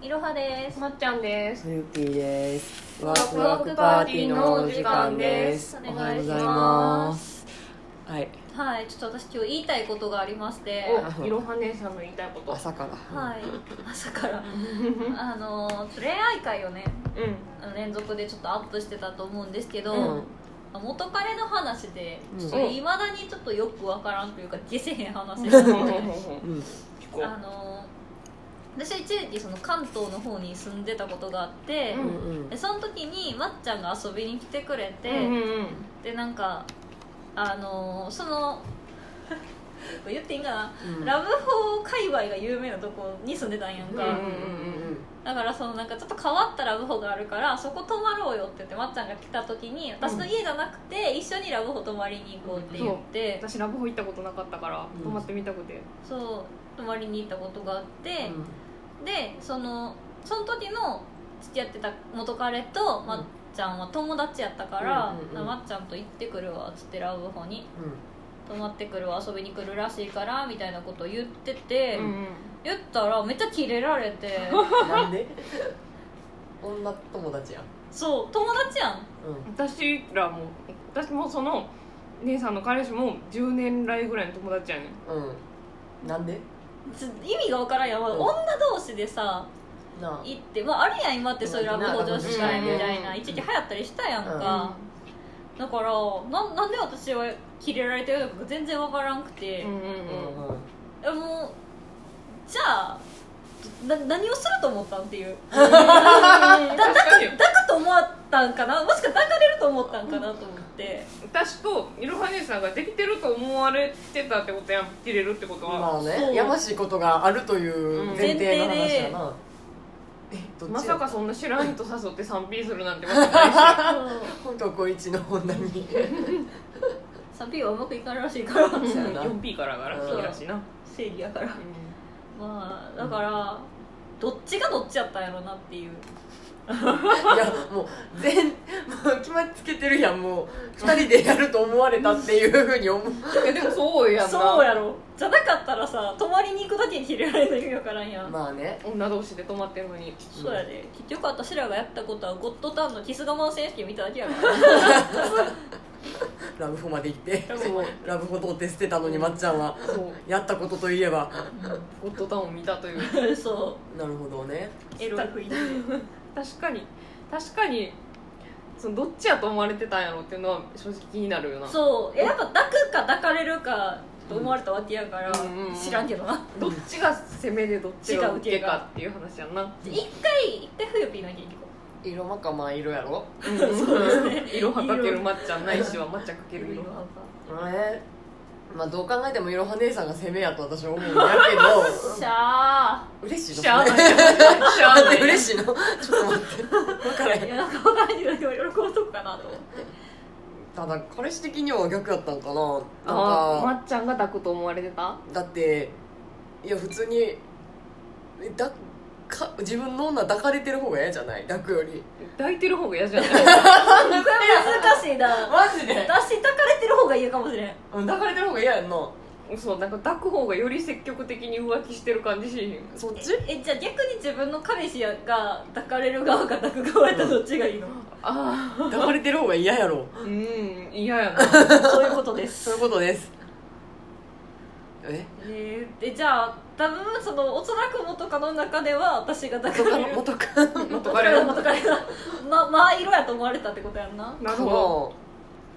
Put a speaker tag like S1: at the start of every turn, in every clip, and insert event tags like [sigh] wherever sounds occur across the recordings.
S1: いろはです
S2: まっちゃんです
S3: さゆきです。ワ
S2: ー
S3: ー
S2: ク
S3: ク
S2: ワ
S3: ワ
S2: ー
S3: ー
S2: ク
S3: ク
S2: パ
S3: パ
S2: ー
S3: ー
S2: テ
S3: テ
S2: ィー
S3: ィー
S2: のお
S3: のお
S2: 時
S3: 時
S2: 間
S3: 間
S2: で
S3: ですす。
S1: お
S3: お
S1: 願
S3: はいよう
S1: します
S3: ございます。はい、
S1: はいちょっと私今日言いたいことがありまして
S2: おいろは姉さんの言いたいこと
S3: 朝から。
S2: [laughs]
S1: はい朝からあの恋愛会をね
S2: [laughs] うん
S1: 連続でちょっとアップしてたと思うんですけど、
S2: うん
S1: 元彼の話で
S3: うん
S1: ちょっといまだにちょっとよくわからんというか下せへん話だった
S2: [laughs]
S1: ので
S3: うん。うん。
S2: こ
S1: あの私は一時期その関東の方に住んでたことがあって、
S2: うん
S3: うん
S1: でその時にまっちゃんが遊びに来てくれて、
S2: うんうんうん
S1: でなんかあのーその [laughs] 言っていいんかな、
S3: うん
S1: ラブホー界隈が有名なとこに住んでたんやんか、
S2: うん
S1: だからそのなんかちょっと変わったラブホがあるからそこ泊まろうよって言ってまっちゃんが来た時に私の家じゃなくて一緒にラブホ泊まりに行こうって言って、
S2: 私ラブホ行ったことなかったから
S3: うん
S2: 泊まってみたくて
S1: そう泊まりに行ったことがあって、でそのその時の付き合ってた元彼とまっちゃんは友達やったから、
S3: うんうんうん
S1: なまっちゃんと行ってくるわっつってラブホに泊まってくるわ遊びに来るらしいからみたいなことを言ってて、
S2: うんうん
S1: 言ったらめっちゃキレられて
S3: うん。なんで。女友達やん。
S1: そう友達やん
S3: うん。
S2: 私らも私もその姉さんの彼氏も10年来ぐらいの友達やねん
S3: うん。なんで。
S1: つ意味がわからんやん、
S3: うん
S1: 女同士でさ
S3: なあ。
S1: 行って、まあ、あるやん今ってそういうラブホ女子会みたいな、
S2: うん
S1: 一時期流行ったりしたやんか、
S2: う
S1: だからななんで私はキレられてるのか全然わからんくて、
S2: んうん
S3: うん
S2: うん
S3: うん。
S1: えもうじゃあな何をすると思ったんっていう
S2: 確かに
S1: 抱くと思ったんかなもしくは抱かれると思ったんかなと思って
S2: 私といろは姉さんができてると思われてたってことやん切れるってことは
S3: まあ
S1: そう
S3: ね、やましいことがあるという前提の話やな。え、どっち。
S2: まさか。そんな知らん人誘って 3P するなんてわけ [laughs]
S1: [laughs]
S2: ないし
S3: 本当こいちの女に。
S1: 3P はうまくいかんらしいから
S3: そ
S1: [laughs]
S3: うやな
S2: 4P からがらしいらしいな
S1: 正義やからまあだからどっちがどっちやったんやろなっていう
S3: いやもう全もう決まりつけてるやんもう二人でやると思われたっていうふうに思う
S2: いやでもそうやんな
S1: そうやろじゃなかったらさ泊まりに行くだけにキレられる意味わからんやん、
S3: まあね
S2: 女同士で泊まってるのに
S1: そうやで結局私らがやったことはゴッドタンのキス我慢選手権見ただけやから
S3: ラブホまで行って
S2: そうそう
S3: ラブホ通って捨てたのにまっちゃんはやったことといえば
S2: ゴッドタウンを見たという
S1: うんそ
S3: なるほどね
S1: うエロい雰囲気
S2: 確かに確かにそのどっちやと思われてたんやろっていうのは正直気になるよ
S1: [laughs]
S2: な
S1: そうえやっぱ抱くか抱かれるかと思われたわけやから、
S2: うんうんうん
S1: 知らんけどな
S2: どっちが攻めでどっちが受けかっていう話やんな
S1: 一回一回冬ピーの家に行こ
S3: 色まかまあ色やろ
S2: そうですね色はかけるまっちゃんないしはまっちゃんか
S1: う
S2: ける色
S3: えーまあどう考えてもいろは姉さんが攻めやと私は思うん
S2: [laughs]
S3: や
S1: しゃ
S3: けど嬉しいの
S2: しゃあないしゃあ
S3: だ
S2: な
S3: っ
S2: い
S3: て [laughs] 嬉しいのちょっと待って分からへ
S1: ーい
S3: ん
S1: やなんか分からんけど喜ぶとこかなと思って
S3: ただ彼氏的には逆やったんかななん
S2: あ
S3: か
S2: まっちゃんが抱くと思われてた
S3: だっていや普通にえだか自分の女抱かれてる方が嫌じゃない抱くより
S2: 抱いてる方が嫌じゃない
S1: 難しい
S3: [laughs]
S1: な
S3: マジ
S1: 私抱かれてる方がいいかもしれん
S3: 抱かれてる方が嫌やんな
S2: そうなんか抱く方がより積極的に浮気してる感じしへん
S3: そっち
S1: えじゃあ逆に自分の彼氏が抱かれる側か抱く側やったらどっちがいい
S3: [laughs]
S1: の
S2: ああ
S3: 抱かれてる方が嫌やろ
S2: うん嫌やな
S1: そういうことです
S3: そういうことですえ
S1: えー、でじゃあ多分その幼くもとかの中では私が抱
S3: 元
S1: か
S3: カ
S1: れる
S2: 元
S3: ノ元カノ
S1: 元カ
S2: 彼
S1: レ
S2: ら
S1: 元カレがままあ色やと思われたってことやんな
S2: なる
S3: か
S2: ほ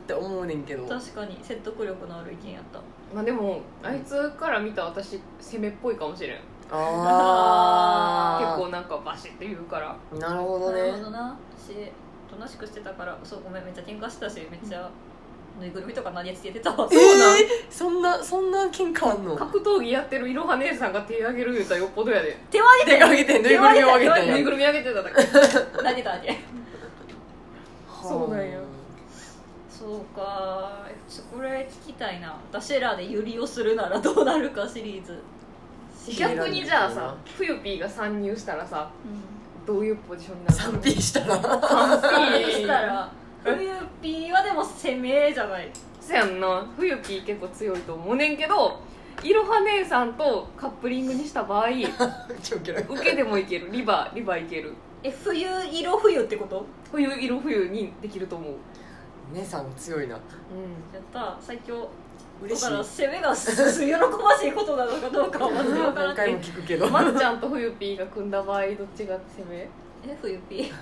S2: ど
S3: なって思うねんけど
S1: 確かに説得力のある意見やった
S2: まあでもあいつから見た私攻めっぽいかもしれん結
S3: あ
S2: 構なんかバシッて言うから
S3: あなるほ
S1: な
S3: ど
S1: るほ
S3: ね
S1: どな私おとなしくしてたからそうごめんめっちゃ喧嘩してたしめっちゃぬいぐるみとか投げつけてたわ
S3: え
S2: うなん
S3: えーそんなそんな喧嘩あんの
S2: 格闘技やってるいろは姉さんが手上げる言うたらよっぽどやで
S1: 手前
S3: 手
S1: で
S3: が上げてぬいぐるみをあげたん
S2: ぬい
S3: や
S2: ぐるみ上げてただけ
S1: 投げたわけ
S2: そうなんや
S1: そうかちょこれ聞きたいな私らでユリをするならどうなるかシリーズ、
S2: 逆にじゃあさ冬ピーが参入したらさどういうポジションになる
S3: 賛否したら [laughs]
S1: そうした
S2: [laughs]
S1: ら冬ピーはでも攻めじゃない
S2: そやんな冬ピー結構強いと思うねんけどいろは姉さんとカップリングにした場合
S3: 超嫌い
S2: 受けでもいけるリバーリバーいける
S1: え冬色冬ってこと
S2: 冬色冬にできると思う、
S3: 姉さんは強いな
S1: やった最強
S3: 嬉
S1: だ
S3: し
S1: から
S3: い
S1: 攻めがすす喜ばしいことなのかどうかはまず分から
S3: 何
S1: んけ
S3: 回も
S1: ど
S3: 聞くけど
S2: まっちゃんと冬ピーが組んだ場合どっちが攻め
S1: え冬ピー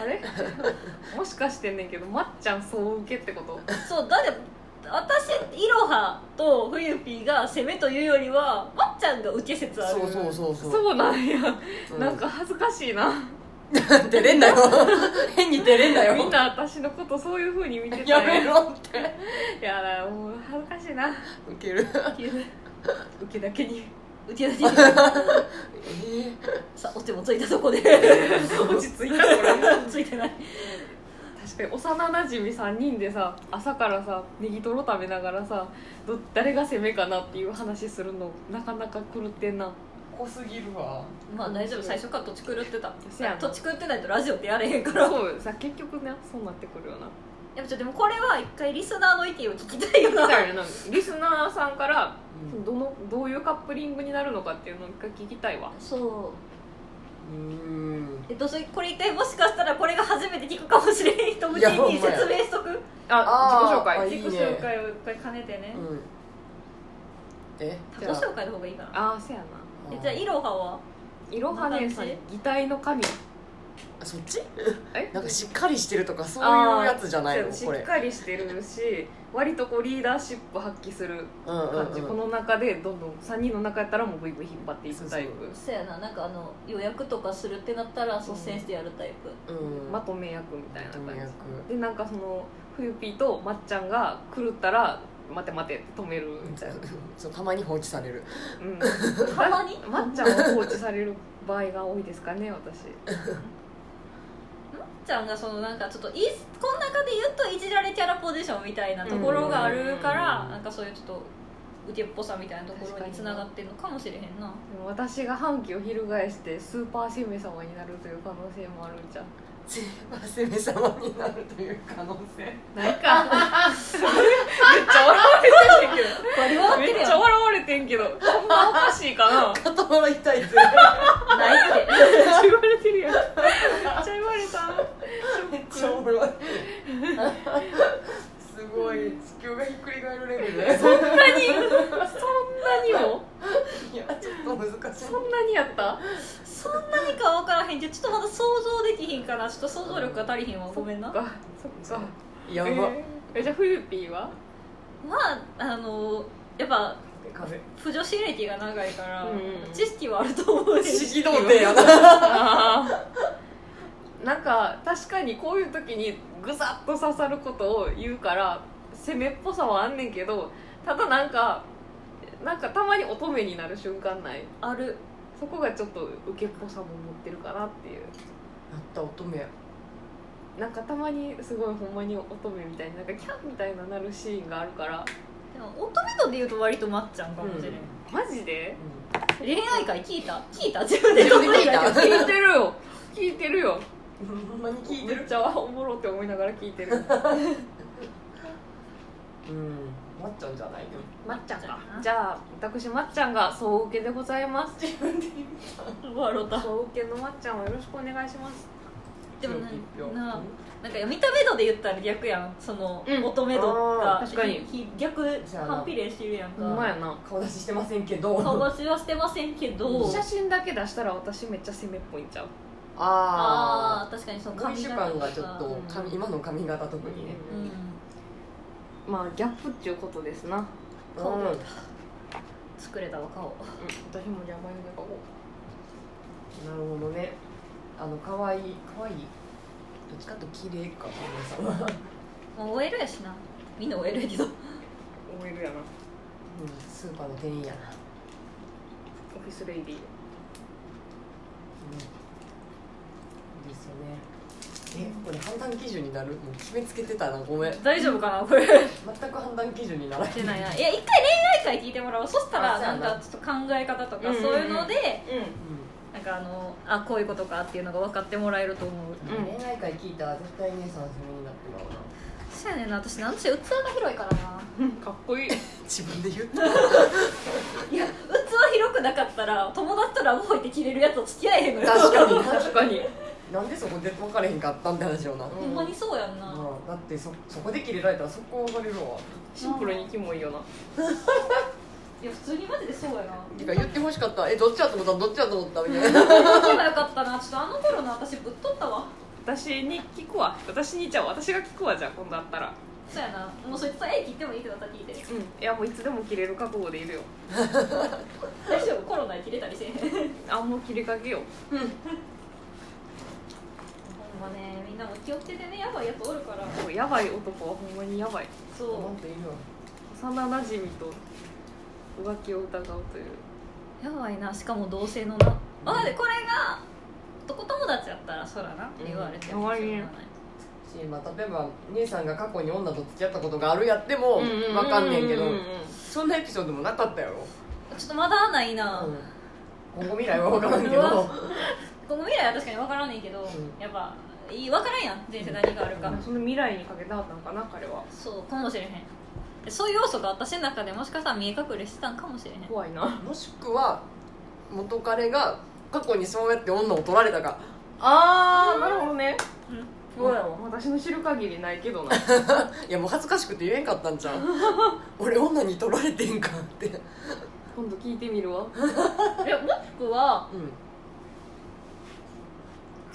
S2: あ
S3: [laughs]
S2: れもしかしてんねんけどまっちゃん総受けってこと
S1: そうだって私いろはと冬ピーが攻めというよりはまっちゃんが受け説ある
S3: そうそうそうそう
S2: そうなんや、
S3: うん
S2: なんか恥ずかしいな
S3: 照れんなよ変に照れんなよ
S2: みんな私のことそういうふうに見てた
S3: や
S2: んや
S3: めろって
S2: いやもう恥ずかしいな
S3: ウケる
S1: 受け
S2: 受けだけに
S1: 受け
S3: [laughs]
S1: 出し
S3: えー
S1: さあオチもついたとこで
S2: 落ち着いたこれ
S1: ついて [laughs] ない
S2: 確かに幼なじみ3人でさ朝からさネギトロ食べながらさど誰が攻めかなっていう話するのなかなか狂ってんな
S3: 濃すぎるわ
S1: まあ大丈夫最初から土地狂ってた
S2: せやな
S1: 土地狂ってないとラジオってやれへんからやっ
S2: そうさ結局ねそうなってくるよな
S1: ぱちょっとでもこれは一回リスナーの意見を聞きたいよ
S2: だか
S1: な
S2: らねリスナーさんから
S3: うん
S2: どのどういうカップリングになるのかっていうのを一回聞きたいわ
S1: そう
S3: うん
S1: えどうせこれ一回もしかしたらこれが初めて聞くかもしれん人向け
S3: いやほ
S1: に
S3: んまや
S1: 説明しとく
S2: あ
S3: あ
S2: 自己
S3: ー
S2: 紹介
S3: あいい
S2: 自己
S1: 自己紹介を一回兼ねてね
S3: うんえ
S1: 他己紹介の方がいいかな
S2: ああせやな
S1: えじゃあイロハはい
S2: ろは姉さん
S1: こんな
S2: 擬態の神
S3: あそっち
S2: え
S3: なんかしっかりしてるとかそういうやつじゃないの
S2: し
S3: こ
S2: っ
S3: れ
S2: かりしてるし割とこうリーダーシップ発揮する
S3: うんうん
S2: 感じ、
S3: うん
S2: この中でどんどん3人の中やったらもうブイブイ引っ張っていくタイプ
S3: そう
S1: そうやななんかあの予約とかするってなったら率先してやるタイプ、
S3: うん
S2: まとめ役みたいな
S3: まと
S2: 感
S3: め役
S2: じでなんかその冬ピーとまっちゃんが狂ったら「待て待て」って止めるみたいな、
S3: そうたまに放置される
S2: うん、 [laughs]
S1: たまに
S2: まっちゃんは放置される場合が多いですかね私
S1: まっちゃんがそのなんかちょっといこの中で言うといじられキャラポジションみたいなところがあるから
S3: うん
S1: なんかそういうちょっと受けっぽさみたいなところにつながってるのかもしれへんな
S2: でも私が反旗を翻してスーパー姫様になるという可能性もあるんじゃん
S3: セーバー攻め様になるという可能性 [laughs]
S2: ないかめっちゃ笑われてんねんけど
S1: バリ笑ってる
S2: めっ
S1: や
S2: ちゃ笑われてんけどそんなおかしいかな
S3: 肩腹痛いぜ
S1: んないって
S2: めっちゃ言われてるやんめっちゃ言われた
S3: めっちゃおもろいすごい地球がひっくり返るレベルで
S2: そんなにそんなにも
S3: いやちょっと難しい
S2: そんなにやった
S1: そんなにか分からへんけどちょっとまだ想像できひんからちょっと想像力が足りひんわごめんな
S2: そっかそっか
S3: やば、
S2: えーえじゃあフユピーは
S1: まああのやっぱ
S3: 風
S1: 不女子歴が長いから、
S2: うんうんうん
S1: 知識はあると思うし
S3: 不思議童貞や
S2: [laughs]
S3: な
S2: あーなんか確かにこういう時にぐさっと刺さることを言うから攻めっぽさはあんねんけどただなんかなんかたまに乙女になる瞬間ない
S1: ある
S2: そこがちょっと受けっぽさも持ってるかなっていう
S3: った乙女や
S2: なんかたまにすごいほんまに乙女みたいになんかキャンみたいななるシーンがあるから
S1: でも乙女度で言うと割とまっちゃんかもしれん、
S2: マジで
S1: 恋愛会聞いた聞いた自分で
S3: 自分で聞いた
S2: 聞いてるよ聞いてるよ
S3: ほんまに聞い
S2: め
S3: て
S2: っ
S3: る
S2: ちゃおもろって思いながら聞いてる
S3: うんまっちゃんじゃないよ
S2: まっちゃんかじゃあ私まっちゃんが総受けでございます
S1: 笑った
S2: 総受けのまっちゃんをよろしくお願いします
S1: でもな
S3: 一票
S1: ななんか見た目度で言ったら逆やんその、
S2: うん
S1: 乙女度が
S2: あー確かに
S1: ひひ逆
S3: そうやな
S1: 反比例してるやん
S2: ほんま
S1: か
S2: やな
S3: 顔出ししてませんけど
S1: 顔出しはしてませんけど
S2: 写真だけ出したら私めっちゃ攻めっぽいんちゃう
S1: あ
S3: あ
S1: あ確かにその
S3: あ
S1: 髪
S3: 主
S1: 型
S3: 感がちょっと
S2: うん
S3: 髪今の髪型特にね
S1: うん
S2: まあギャップっていうことですな、うん、
S1: 顔
S3: うん
S1: 作れたわ顔
S2: 私も邪魔になこ
S3: なるほどねあの可愛い可愛いどっちかと綺麗かお姉さんは、うん、
S1: もう OL やしなみんな OL やけど
S2: 思えるやなオ
S3: スーパーの店員やな、
S2: フィスレイディー
S3: うん、いいですよねえこれ判断基準になるもう決めつけてたなごめん
S1: 大丈夫かなこ [laughs] れ
S3: 全く判断基準にならない
S1: 出ないないや一回恋愛会聞いてもらおうそしたら
S3: あそうや
S1: な
S3: なん
S1: かちょっと考え方とか
S2: うんうんうん
S1: そういうので
S2: う
S1: なんかあのあこういう
S3: [laughs]
S1: ことかっていうのが分かってもらえると思う
S3: うん、恋愛会聞いたら絶対姉さん攻めになってまうな
S1: そうやねんな私なんせ器が広いからな
S2: かっこいい
S3: 自分で言った
S1: いや器広くなかったら友達とラブホイって着れるやつと付き合えへんのよ
S3: 確かに
S2: 確かに
S3: なんでそこで分かれへんかったんって話よな、
S1: ほんまにそうやんな、
S3: まあ、だってそそこで切れられたらそこ分かれるわ
S2: シンプルにキモいよない
S1: や普通にマジでそうやな
S3: てか言ってほしかったえどっちやと思ったどっちやと思ったみたいな
S1: 聞けばよかったなちょっとあの頃の私ぶっとったわ
S2: 私に聞くわ私にじゃあ私が聞くわじゃあ今度あったら
S1: そうやなもうそいつさえ聞いてもいいってなったら聞いて
S2: うんいやもういつでも切れる覚悟でいるよ
S1: 大丈夫コロナで切れたりせえへんほん
S2: あもう切りかけよう
S1: まねみんなも気をつけてねやばいやつおるから
S2: もうやばい男はほんまにやばい
S1: そ
S3: んといるわ
S2: 幼なじみと浮気を疑うという
S1: うやばいなしかも同性のなあでこれが男友達やったらそらなって言われて
S2: うん
S1: しょうがない
S3: し、まあ、例えば姉さんが過去に女と付き合ったことがあるやっても分かんねんけど
S2: うう
S3: そんなエピソードもなかったやろ、
S1: ちょっとまだないな、
S3: うん、今後未来は分からんけ
S1: う
S3: ど
S1: わこの未来は確かに分からんねんけど、
S3: ん
S1: やっぱいい分からんやん人生何があるか、
S3: う
S2: うんその未来にかけたかったのかな彼は
S1: そうかもしれへんでそういう要素が私の中でもしかしたら見え隠れしてたんかもしれへん
S2: 怖いな
S3: もしくは元彼が過去にそうやって女を取られたか
S2: あーなるほどね
S1: うん
S3: そうやわ
S2: 私の知る限りないけどない [laughs]
S3: やもう恥ずかしくて言えんかったんち [laughs] ゃう俺女に取られてんかって
S2: 今度聞いてみるわ
S1: いやもしくは
S3: うん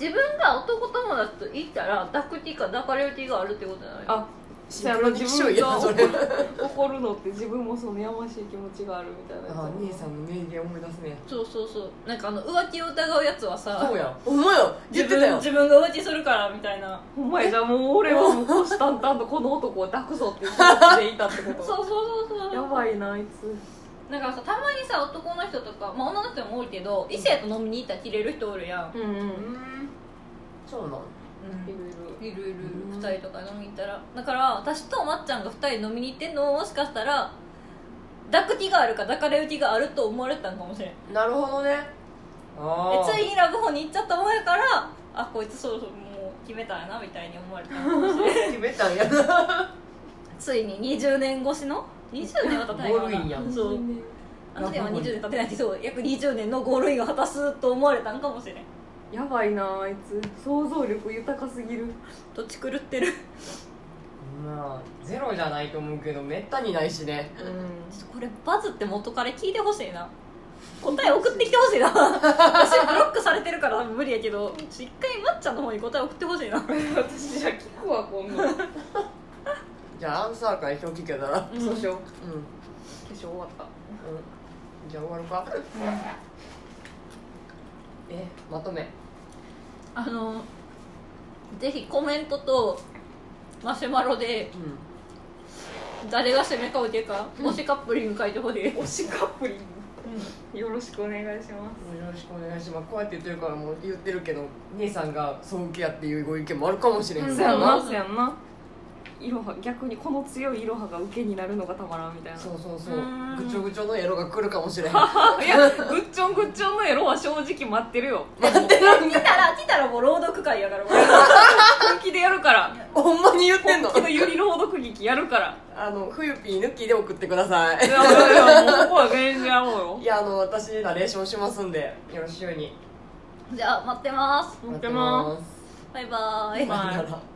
S1: 自分が男友達といたら抱く気か抱かれる気があるってことじゃない
S2: あ
S3: シンプルに気象やそ
S2: 自
S3: れ
S2: 分が怒るのって自分もそのやましい気持ちがあるみたいなやつ
S3: あ兄さんの名言思い出すね
S1: そうそうそうなんかあの浮気を疑うやつはさ
S3: そうやお前や言ってたよ
S1: 自分自分が浮気するからみたいな
S2: お前じゃあもう俺はもう虎視眈々とこの男を抱くぞっていう気持ちでいたってこ
S1: そうそ
S2: と
S1: うそうそう
S2: やばいなあいつ
S1: だからさたまにさ男の人とか、まあ、女の人も多いけど異性と飲みに行ったら切れる人おるやん、
S2: うんう
S3: うー
S2: ん
S3: んそうなん
S2: いろい
S1: いるいる
S3: うん
S1: 2人とか飲みに行ったらだから私とまっちゃんが2人で飲みに行ってんのをもしかしたら抱く気があるか抱かれる気があると思われてたんかもしれん
S3: なるほどねあ
S1: でついにラブホに行っちゃったもんやからあこいつそろそろもう決めたんやなみたいに思われたんかもしれん
S3: 決めたんやな
S1: ついに20年越しの20年は経たないか
S3: ゴールインや
S1: ら
S3: ん
S2: ろ
S1: そうあの時は20年経ってないけど約20年のゴールインを果たすと思われたんかもしれん
S2: やばいなあいつ想像力豊かすぎる
S1: どっち狂ってるち
S3: まあゼロじゃないと思うけどめったにないしね
S2: う
S1: ょっとこれバズって元から聞いてほしいな答え送ってきてほしいな私ブロックされてるから多分無理やけどちょっと一回まっちゃんの方に答え送ってほしいな
S2: ん私じゃあ聞くわ今度化
S3: じゃあアンサー会表聞けたら
S1: うん
S2: 粧化
S3: うん、うん、
S2: 粧終わった
S3: じゃあ終わるかえまとめ
S1: あのぜひコメントとマシュマロで
S3: う
S1: 誰が攻めか受けか推しカップリング書いてほしい、
S2: 推しカップリングよろしくお願いします
S3: んよろしくお願いしますこうやって言ってるからもう言ってるけど姉さんがそう受けやっていうご意見もあるかもしれへん
S1: うん
S2: そうやな
S1: うん
S2: そうやなイロハ逆にこの強いイロハが受けになるのがたまらんみたいな
S3: そうそうそう
S1: う
S3: う
S1: ーん
S3: ぐちょぐちょのエロが来るかもしれへん
S2: あいやグッチョングッチョンのエロは正直待って [laughs] るよ
S1: 来たら来たらもう朗読会やからこれ
S2: 本気でやるから
S3: ほんまに言ってんの
S2: 本気のゆり朗読劇やるから
S3: あの冬ピー抜きで送ってくださ
S2: い
S3: い
S2: やいやいやもうここは全然合うよ
S3: いやあの私ナレーションしますんでよろしくように
S1: じゃあ待ってます
S2: 待ってます
S3: す
S1: バイバーイ
S3: さよなら